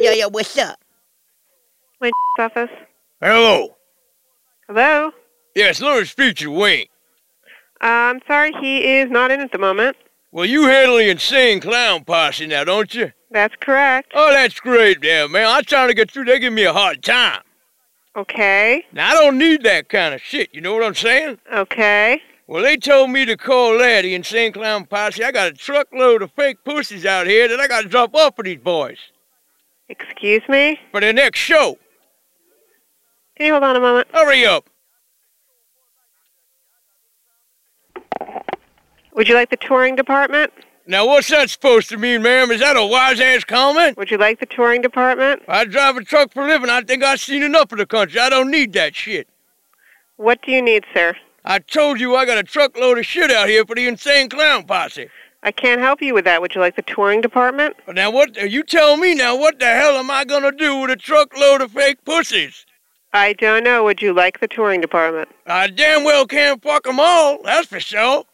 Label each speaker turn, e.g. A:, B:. A: Yo, yo, what's up?
B: My office.
C: Hello.
B: Hello?
C: Yes, let me speak to Wayne.
B: Uh, I'm sorry, he is not in at the moment.
C: Well, you handle the insane clown posse now, don't you?
B: That's correct.
C: Oh, that's great, there, man. I'm trying to get through. They give me a hard time.
B: Okay.
C: Now, I don't need that kind of shit. You know what I'm saying?
B: Okay.
C: Well, they told me to call that the insane clown posse. I got a truckload of fake pussies out here that I got to drop off for these boys
B: Excuse me?
C: for their next show.
B: Can you hold on a moment?
C: Hurry up.
B: Would you like the touring department?
C: Now, what's that supposed to mean, ma'am? Is that a wise-ass comment?
B: Would you like the touring department?
C: I drive a truck for a living. I think I've seen enough of the country. I don't need that shit.
B: What do you need, sir?
C: I told you I got a truckload of shit out here for the insane clown posse.
B: I can't help you with that. Would you like the touring department?
C: But Now what? uh, You tell me now. What the hell am I gonna do with a truckload of fake pussies?
B: I don't know. Would you like the touring department?
C: I damn well can't fuck 'em all. That's for sure.